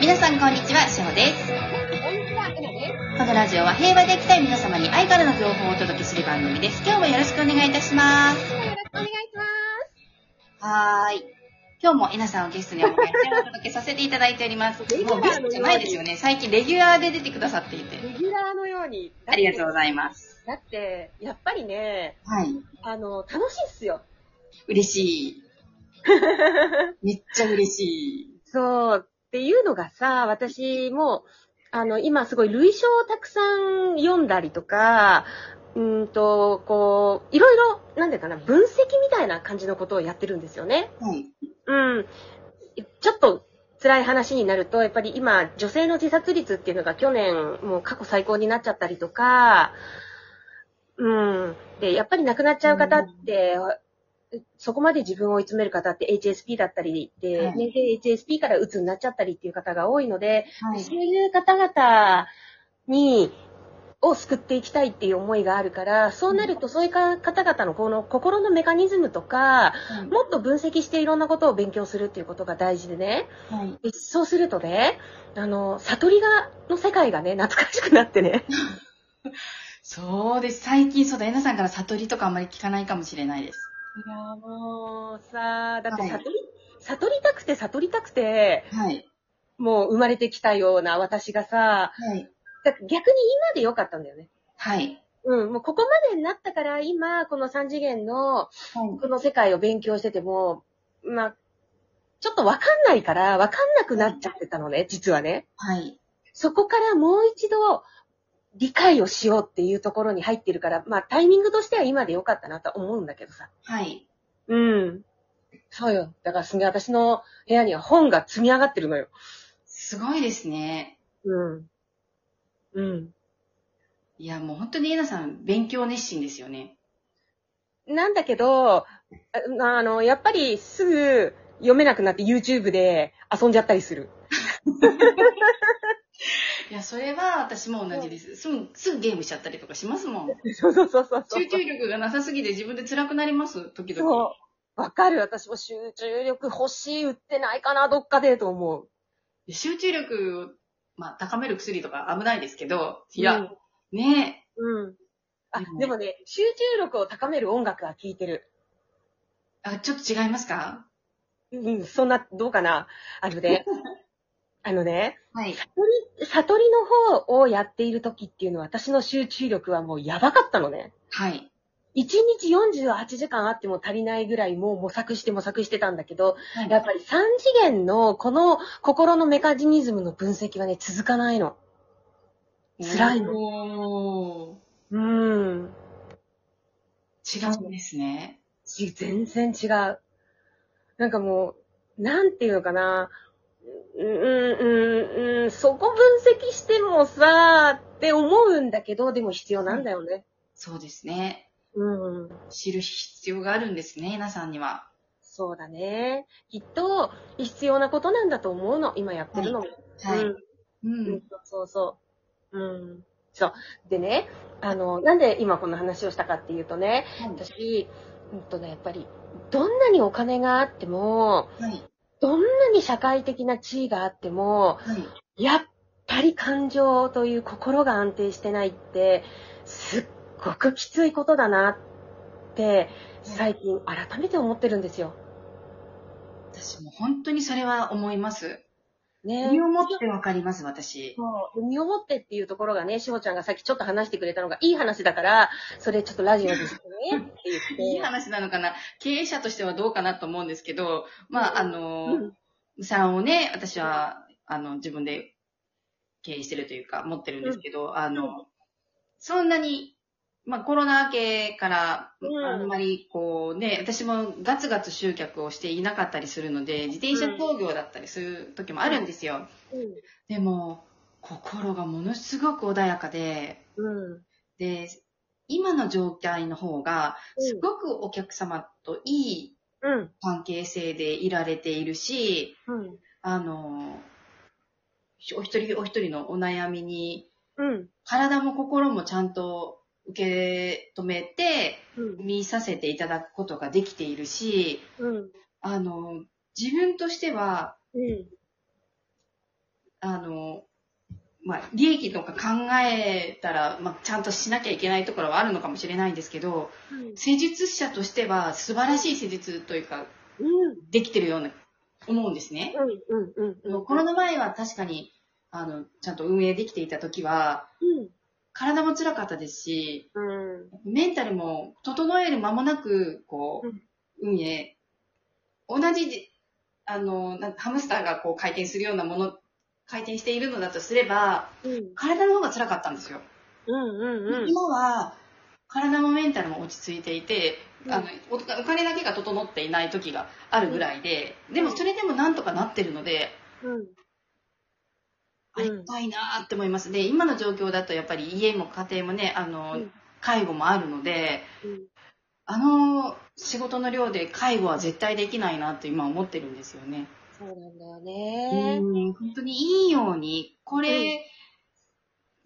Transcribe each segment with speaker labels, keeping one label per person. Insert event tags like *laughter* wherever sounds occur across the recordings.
Speaker 1: 皆さんこんにちは、しほです。
Speaker 2: こんにちは、えなです。
Speaker 1: このラジオは平和で生きたい皆様に愛からの情報をお届けする番組です。今日もよろしくお願いいたします。
Speaker 2: よろしくお願いします。
Speaker 1: はーい。今日もえなさんをゲストにお迎えして *laughs* お届けさせていただいております。
Speaker 2: レギュ
Speaker 1: もう
Speaker 2: ラーの
Speaker 1: ゲストじゃないですよね。最近レギュラーで出てくださっていて。
Speaker 2: レギュラーのように。
Speaker 1: ありがとうございます。
Speaker 2: だって、やっぱりね、
Speaker 1: はい。
Speaker 2: あの、楽しいっすよ。
Speaker 1: 嬉し *laughs* い。めっちゃ嬉しい。
Speaker 2: そう。っていうのがさ、私も、あの、今すごい類書をたくさん読んだりとか、うーんと、こう、いろいろ、なんていうかな、分析みたいな感じのことをやってるんですよね。
Speaker 1: はい。
Speaker 2: うん。ちょっと辛い話になると、やっぱり今、女性の自殺率っていうのが去年、もう過去最高になっちゃったりとか、うん。で、やっぱり亡くなっちゃう方って、そこまで自分を追い詰める方って HSP だったりで、
Speaker 1: はい
Speaker 2: 年齢 HSP から鬱になっちゃったりっていう方が多いので、
Speaker 1: はい。
Speaker 2: そういう方々に、を救っていきたいっていう思いがあるから、そうなるとそういうか方々のこの心のメカニズムとか、もっと分析していろんなことを勉強するっていうことが大事でね。
Speaker 1: はい。
Speaker 2: でそうするとね、あの、悟りが、の世界がね、懐かしくなってね。
Speaker 1: そうです。最近、そうだ、えなさんから悟りとかあんまり聞かないかもしれないです。
Speaker 2: いや、もうさ、だって
Speaker 1: はい
Speaker 2: 悟り、悟りたくて悟りたくて、
Speaker 1: はい。
Speaker 2: もう生まれてきたような私がさ、
Speaker 1: はい。
Speaker 2: だ逆に今でよかったんだよね。
Speaker 1: はい。
Speaker 2: うん、もうここまでになったから今、この3次元の、
Speaker 1: はい。
Speaker 2: この世界を勉強してても、まあ、ちょっとわかんないから、わかんなくなっちゃってたのね、実はね。
Speaker 1: はい。
Speaker 2: そこからもう一度理解をしようっていうところに入ってるから、まあタイミングとしては今でよかったなと思うんだけどさ。
Speaker 1: はい。
Speaker 2: うん。そうよ。だからすみ私の部屋には本が積み上がってるのよ。
Speaker 1: すごいですね。
Speaker 2: うん。うん。
Speaker 1: いや、もう本当にえなさん、勉強熱心ですよね。
Speaker 2: なんだけど、ああの、やっぱりすぐ読めなくなって YouTube で遊んじゃったりする。
Speaker 1: いや、それは私も同じです。すぐ、すぐゲームしちゃったりとかしますもん。
Speaker 2: そうそうそうそうそう。
Speaker 1: 集中力がなさすぎて自分で辛くなります、時々。
Speaker 2: そう。わかる。私も集中力欲しい、売ってないかな、どっかでと思う。
Speaker 1: 集中力を、まあ、高める薬とか危ないですけど、い
Speaker 2: うん
Speaker 1: や、ねえ、
Speaker 2: うん。あ
Speaker 1: でも、
Speaker 2: でもね、集中力を高める音楽は聴いてる。
Speaker 1: あ、ちょっと違いますか
Speaker 2: うん、そんな、どうかな。あの *laughs* ね、あのね、
Speaker 1: はい。
Speaker 2: 悟りの方をやっている時っていうのは私の集中力はもうやばかったのね。
Speaker 1: はい。
Speaker 2: 1日48時間あっても足りないぐらいもう模索して模索してたんだけど、
Speaker 1: はい
Speaker 2: やっぱり3次元のこの心のメカニズムの分析はね、続かないの。辛いの
Speaker 1: お
Speaker 2: うん。
Speaker 1: ー違うんですね。
Speaker 2: ち、全然違う。なんかもう、なんていうのかな。うん、うん、うん、そこ分析してもさ、って思うんだけど、でも必要なんだよね。
Speaker 1: そうですね。
Speaker 2: うん。
Speaker 1: 知る必要があるんですね、皆さんには。
Speaker 2: そうだね。きっと、必要なことなんだと思うの。今やってるのも。
Speaker 1: はい。
Speaker 2: うん
Speaker 1: う
Speaker 2: うん
Speaker 1: ん。、
Speaker 2: そうそう。うん。そう。でね、あの、なんで今この話をしたかっていうとね、
Speaker 1: は
Speaker 2: 私、うんとね、やっぱり、どんなにお金があっても、
Speaker 1: い。
Speaker 2: どんなに社会的な地位があっても、
Speaker 1: はい。
Speaker 2: やっぱり感情という心が安定してないって、すっごくきついことだなって、最近改めて思ってるんですよ。
Speaker 1: 私も本当にそれは思います。
Speaker 2: ね
Speaker 1: 身をもってわかります、私。
Speaker 2: そう身をもってっていうところがね、しほちゃんがさっきちょっと話してくれたのがいい話だから、それちょっとラジオですねって
Speaker 1: いい
Speaker 2: 言って。
Speaker 1: 話なのかな経営者としてはどうかなと思うんですけど、まあ、あの、
Speaker 2: うん
Speaker 1: 無産をね、私は、あの、自分で経営してるというか、持ってるんですけど、あの、そんなに、まあ、コロナ明けから
Speaker 2: う、ん
Speaker 1: あんまりこうね、私もガツガツ集客をしていなかったりするので、自転車工業だったりする時もあるんですよ。でも、心がものすごく穏やかで、
Speaker 2: うん。うん。
Speaker 1: で、今の状態の方が、すごくお客様といい
Speaker 2: うん。
Speaker 1: 関係性でいられているし、
Speaker 2: うん。
Speaker 1: あの、お一人お一人のお悩みに、
Speaker 2: うん。
Speaker 1: 体も心もちゃんと受け止めて、
Speaker 2: うん。
Speaker 1: 見させていただくことができているし、
Speaker 2: うん。
Speaker 1: あの、自分としては、
Speaker 2: うん。
Speaker 1: あの、まあ、利益とか考えたら、まあ、ちゃんとしなきゃいけないところはあるのかもしれないんですけど、施術者としては素晴らしい施術というか、
Speaker 2: うん。
Speaker 1: できてるような、思うんですね。
Speaker 2: うん。うん。うん。
Speaker 1: コロナ前は確かに、あの、ちゃんと運営できていた時は、
Speaker 2: うん。
Speaker 1: 体も辛かったですし、
Speaker 2: うん。
Speaker 1: メンタルも整える間もなく、こう、運営、同じじ、あの、なハムスターがこう回転するようなもの、回転しているのだとすれば、
Speaker 2: うん。
Speaker 1: 体の方が辛かったんですよ。
Speaker 2: うん。うん。
Speaker 1: 今は、体もメンタルも落ち着いていて、
Speaker 2: うん
Speaker 1: あのお、お金だけが整っていない時があるぐらいで、でもそれでもなんとかなってるので、
Speaker 2: うん。
Speaker 1: ありがたいなーって思います。で、今の状況だとやっぱり家も家庭もね、あの、
Speaker 2: うん
Speaker 1: 介護もあるので、
Speaker 2: うん。
Speaker 1: あの仕事の量で介護は絶対できないなって今思ってるんですよね。
Speaker 2: そうなんだよ
Speaker 1: う
Speaker 2: ね。
Speaker 1: ん本当にいいように、これ、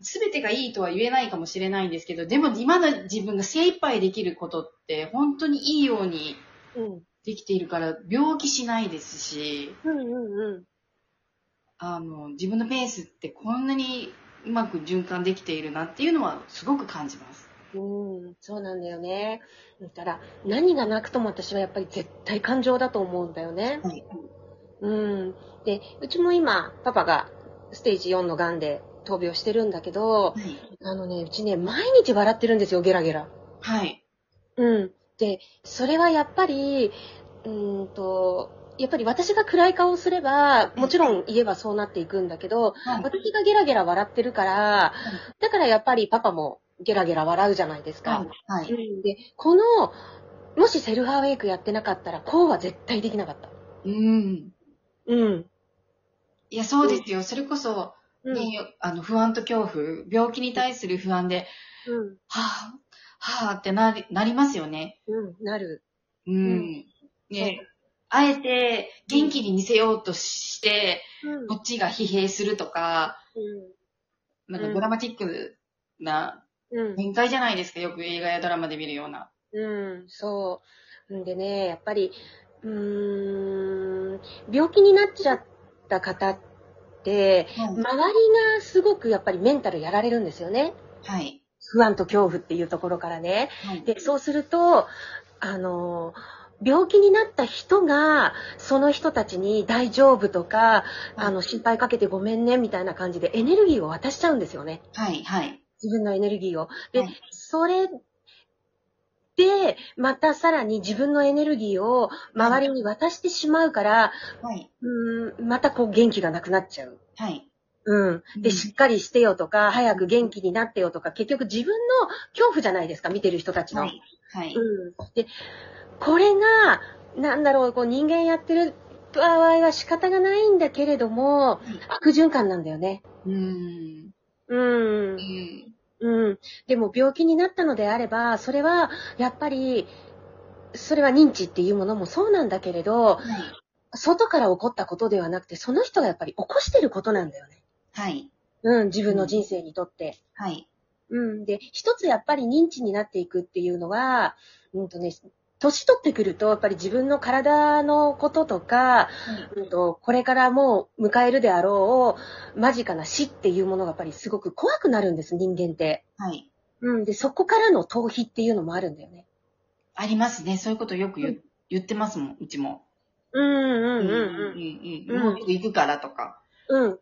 Speaker 1: すべてがいいとは言えないかもしれないんですけど、でも今の自分が精一杯できることって本当にいいように
Speaker 2: うん。
Speaker 1: できているから病気しないですし、
Speaker 2: うん。うん。うん。
Speaker 1: あの、自分のペースってこんなにうまく循環できているなっていうのはすごく感じます。
Speaker 2: うん、そうなんだよね。だから、何がなくとも私はやっぱり絶対感情だと思うんだよね。
Speaker 1: はい。
Speaker 2: うん。で、うちも今、パパがステージ4の癌で闘病してるんだけど、あのね、うちね、毎日笑ってるんですよ、ゲラゲラ。
Speaker 1: はい。
Speaker 2: うん。で、それはやっぱり、うーんと、やっぱり私が暗い顔をすれば、もちろん家はそうなっていくんだけど、
Speaker 1: はい。
Speaker 2: 私がゲラゲラ笑ってるから、だからやっぱりパパもゲラゲラ笑うじゃないですか。
Speaker 1: は
Speaker 2: う
Speaker 1: い。
Speaker 2: んで、この、もしセルフアウェイクやってなかったら、こうは絶対できなかった。
Speaker 1: うん。
Speaker 2: うん。
Speaker 1: いや、そうですよ。それこそ、
Speaker 2: うん。
Speaker 1: ね、あの、不安と恐怖、病気に対する不安で、
Speaker 2: うん。
Speaker 1: はぁ、はぁってなり、なりますよね。
Speaker 2: うん。なる。
Speaker 1: うん。ね
Speaker 2: そ、
Speaker 1: あえて元気に見せようとして、
Speaker 2: うん
Speaker 1: こっちが疲弊するとか、なんか
Speaker 2: うん
Speaker 1: ドラマティックな
Speaker 2: うん。
Speaker 1: 展開じゃないですか。よく映画やドラマで見るような。
Speaker 2: うん。そう。んでね、やっぱり、うーん、病気になっちゃった方って、
Speaker 1: は
Speaker 2: 周りがすごくやっぱりメンタルやられるんですよね。
Speaker 1: い。
Speaker 2: 不安と恐怖っていうところからね。
Speaker 1: はい。
Speaker 2: で、そうすると、あの、病気になった人が、その人たちに大丈夫とか、あの、心配かけてごめんね、みたいな感じでエネルギーを渡しちゃうんですよね。
Speaker 1: はい。はい。
Speaker 2: 自分のエネルギーを。で、
Speaker 1: はい
Speaker 2: それで、またさらに自分のエネルギーを周りに渡してしまうから、
Speaker 1: はい。
Speaker 2: うーん、またこう元気がなくなっちゃう。
Speaker 1: はい。
Speaker 2: うん。
Speaker 1: う
Speaker 2: で、
Speaker 1: ん
Speaker 2: しっかりしてよとか、早く元気になってよとか、結局自分の恐怖じゃないですか、見てる人たちの。
Speaker 1: はい。はい。
Speaker 2: うんで、これが、なんだろう、こう人間やってる場合は仕方がないんだけれども、悪循環なんだよね。
Speaker 1: うん。
Speaker 2: う
Speaker 1: う。ん。
Speaker 2: んうん。でも病気になったのであれば、それは、やっぱり、それは認知っていうものもそうなんだけれど、
Speaker 1: はい。
Speaker 2: 外から起こったことではなくて、その人がやっぱり起こしてることなんだよね。
Speaker 1: はい。
Speaker 2: うん、自分の人生にとって。
Speaker 1: はい。
Speaker 2: うん。で、一つやっぱり認知になっていくっていうのは、うんとね、年取ってくると、やっぱり自分の体のこととか、うんと、これからもう迎えるであろう、間近な死っていうものがやっぱりすごく怖くなるんです、人間って。
Speaker 1: はい。
Speaker 2: うん。で、そこからの逃避っていうのもあるんだよね。
Speaker 1: ありますね。そういうことよく言,、
Speaker 2: う
Speaker 1: 言ってますもん、うちも。
Speaker 2: うん
Speaker 1: う
Speaker 2: うんうん
Speaker 1: ん
Speaker 2: うん
Speaker 1: もうすぐ行くからとか。
Speaker 2: うん。うん。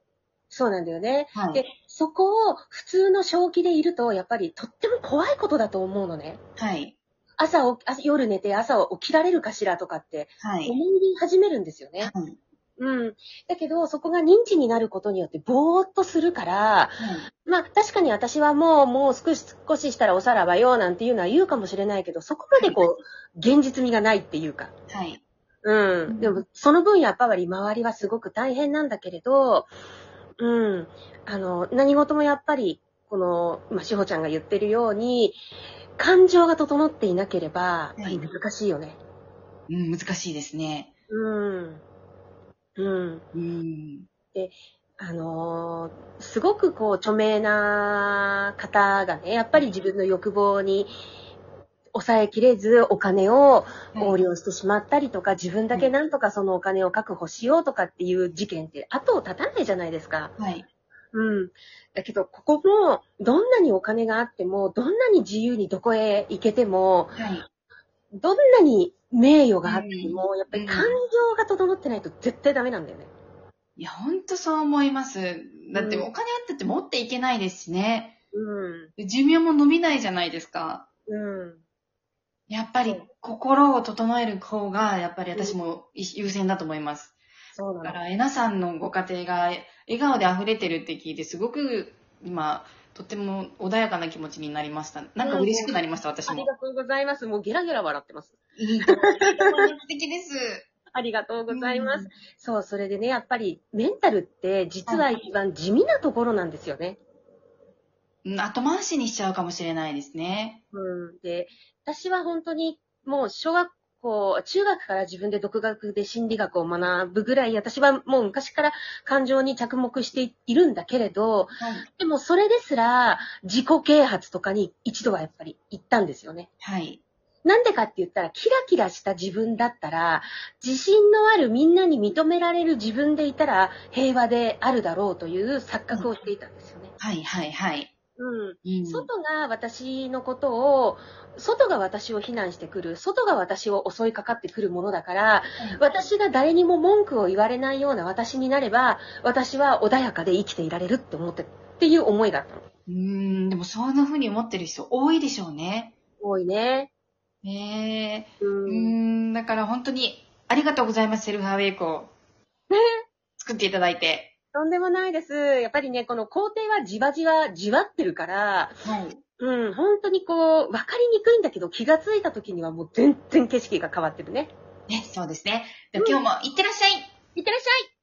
Speaker 2: そうなんだよね。
Speaker 1: は
Speaker 2: で
Speaker 1: い。、
Speaker 2: そこを普通の正気でいると、やっぱりとっても怖いことだと思うのね。
Speaker 1: はい。
Speaker 2: 朝起き朝夜寝て朝起きられるかしらとかって
Speaker 1: はい。
Speaker 2: 思い始めるんですよね。
Speaker 1: はい。
Speaker 2: うん。だけど、そこが認知になることによってぼーっとするから、まあ確かに私はもう、もう少し、少ししたらおさらばよ、なんていうのは言うかもしれないけど、そこまでこう、現実味がないっていうか。
Speaker 1: はい。
Speaker 2: うん。でも、その分やっぱり周りはすごく大変なんだけれど、うん。あの、何事もやっぱり、この、まあ、しほちゃんが言ってるように、感情が整っていなければ、やっぱり難しいよね。
Speaker 1: うん、難しいですね。
Speaker 2: うん。うん。
Speaker 1: うん。
Speaker 2: あのーすごくこう、著名な方がね、やっぱり自分の欲望に、抑えきれずお金を横領してしまったりとか、自分だけなんとかそのお金を確保しようとかっていう事件って後を絶たないじゃないですか。
Speaker 1: はい。
Speaker 2: うん。だけど、ここも、どんなにお金があっても、どんなに自由にどこへ行けても、
Speaker 1: はい。
Speaker 2: どんなに名誉があっても、やっぱり感情が整ってないと絶対ダメなんだよね。
Speaker 1: いや、ほんとそう思います。だって
Speaker 2: うん
Speaker 1: お金あったって持っていけないですしね。
Speaker 2: うん。
Speaker 1: 寿命も伸びないじゃないですか。
Speaker 2: うん。
Speaker 1: やっぱり心を整える方が、やっぱり私も優先だと思います。
Speaker 2: そう
Speaker 1: だ
Speaker 2: な
Speaker 1: か
Speaker 2: の。
Speaker 1: ら、えなさんのご家庭がえ笑顔で溢れてるって聞いて、すごく今、とっても穏やかな気持ちになりました。なんか嬉しくなりました、私
Speaker 2: あり
Speaker 1: も。
Speaker 2: がとうございます。もうゲラゲラ笑ってます。
Speaker 1: いいと思います素敵です。
Speaker 2: ありがとうございます。
Speaker 1: うん
Speaker 2: そう、それでね、やっぱりメンタルって実は一番地味なところなんですよね。
Speaker 1: うん後回しにしちゃうかもしれないですね。
Speaker 2: うん。で、私は本当にもう小学校、中学から自分で独学で心理学を学ぶぐらい、私はもう昔から感情に着目しているんだけれど、
Speaker 1: はい。
Speaker 2: でもそれですら自己啓発とかに一度はやっぱり行ったんですよね。
Speaker 1: はい。
Speaker 2: なんでかって言ったら、キラキラした自分だったら、自信のあるみんなに認められる自分でいたら、平和であるだろうという錯覚をしていたんですよね。
Speaker 1: はい、はい、はい。
Speaker 2: うん。
Speaker 1: うん
Speaker 2: 外が私のことを、外が私を非難してくる、外が私を襲いかかってくるものだから、私が誰にも文句を言われないような私になれば、私は穏やかで生きていられるって思って、っていう思いだったの。
Speaker 1: うーん、でもそんな風に思ってる人多いでしょうね。
Speaker 2: 多いね。
Speaker 1: ねえ。
Speaker 2: う
Speaker 1: うー
Speaker 2: ん。
Speaker 1: ん、だから本当にありがとうございます、セルフアウェイク *laughs* を。作っていただいて。
Speaker 2: とんでもないです。やっぱりね、この工程はじわじわ、じわってるから、
Speaker 1: はい。
Speaker 2: うん、本当にこう、わかりにくいんだけど、気がついた時にはもう全然景色が変わってるね。
Speaker 1: ね、そうですね。では今日もいってらっしゃい
Speaker 2: いってらっしゃい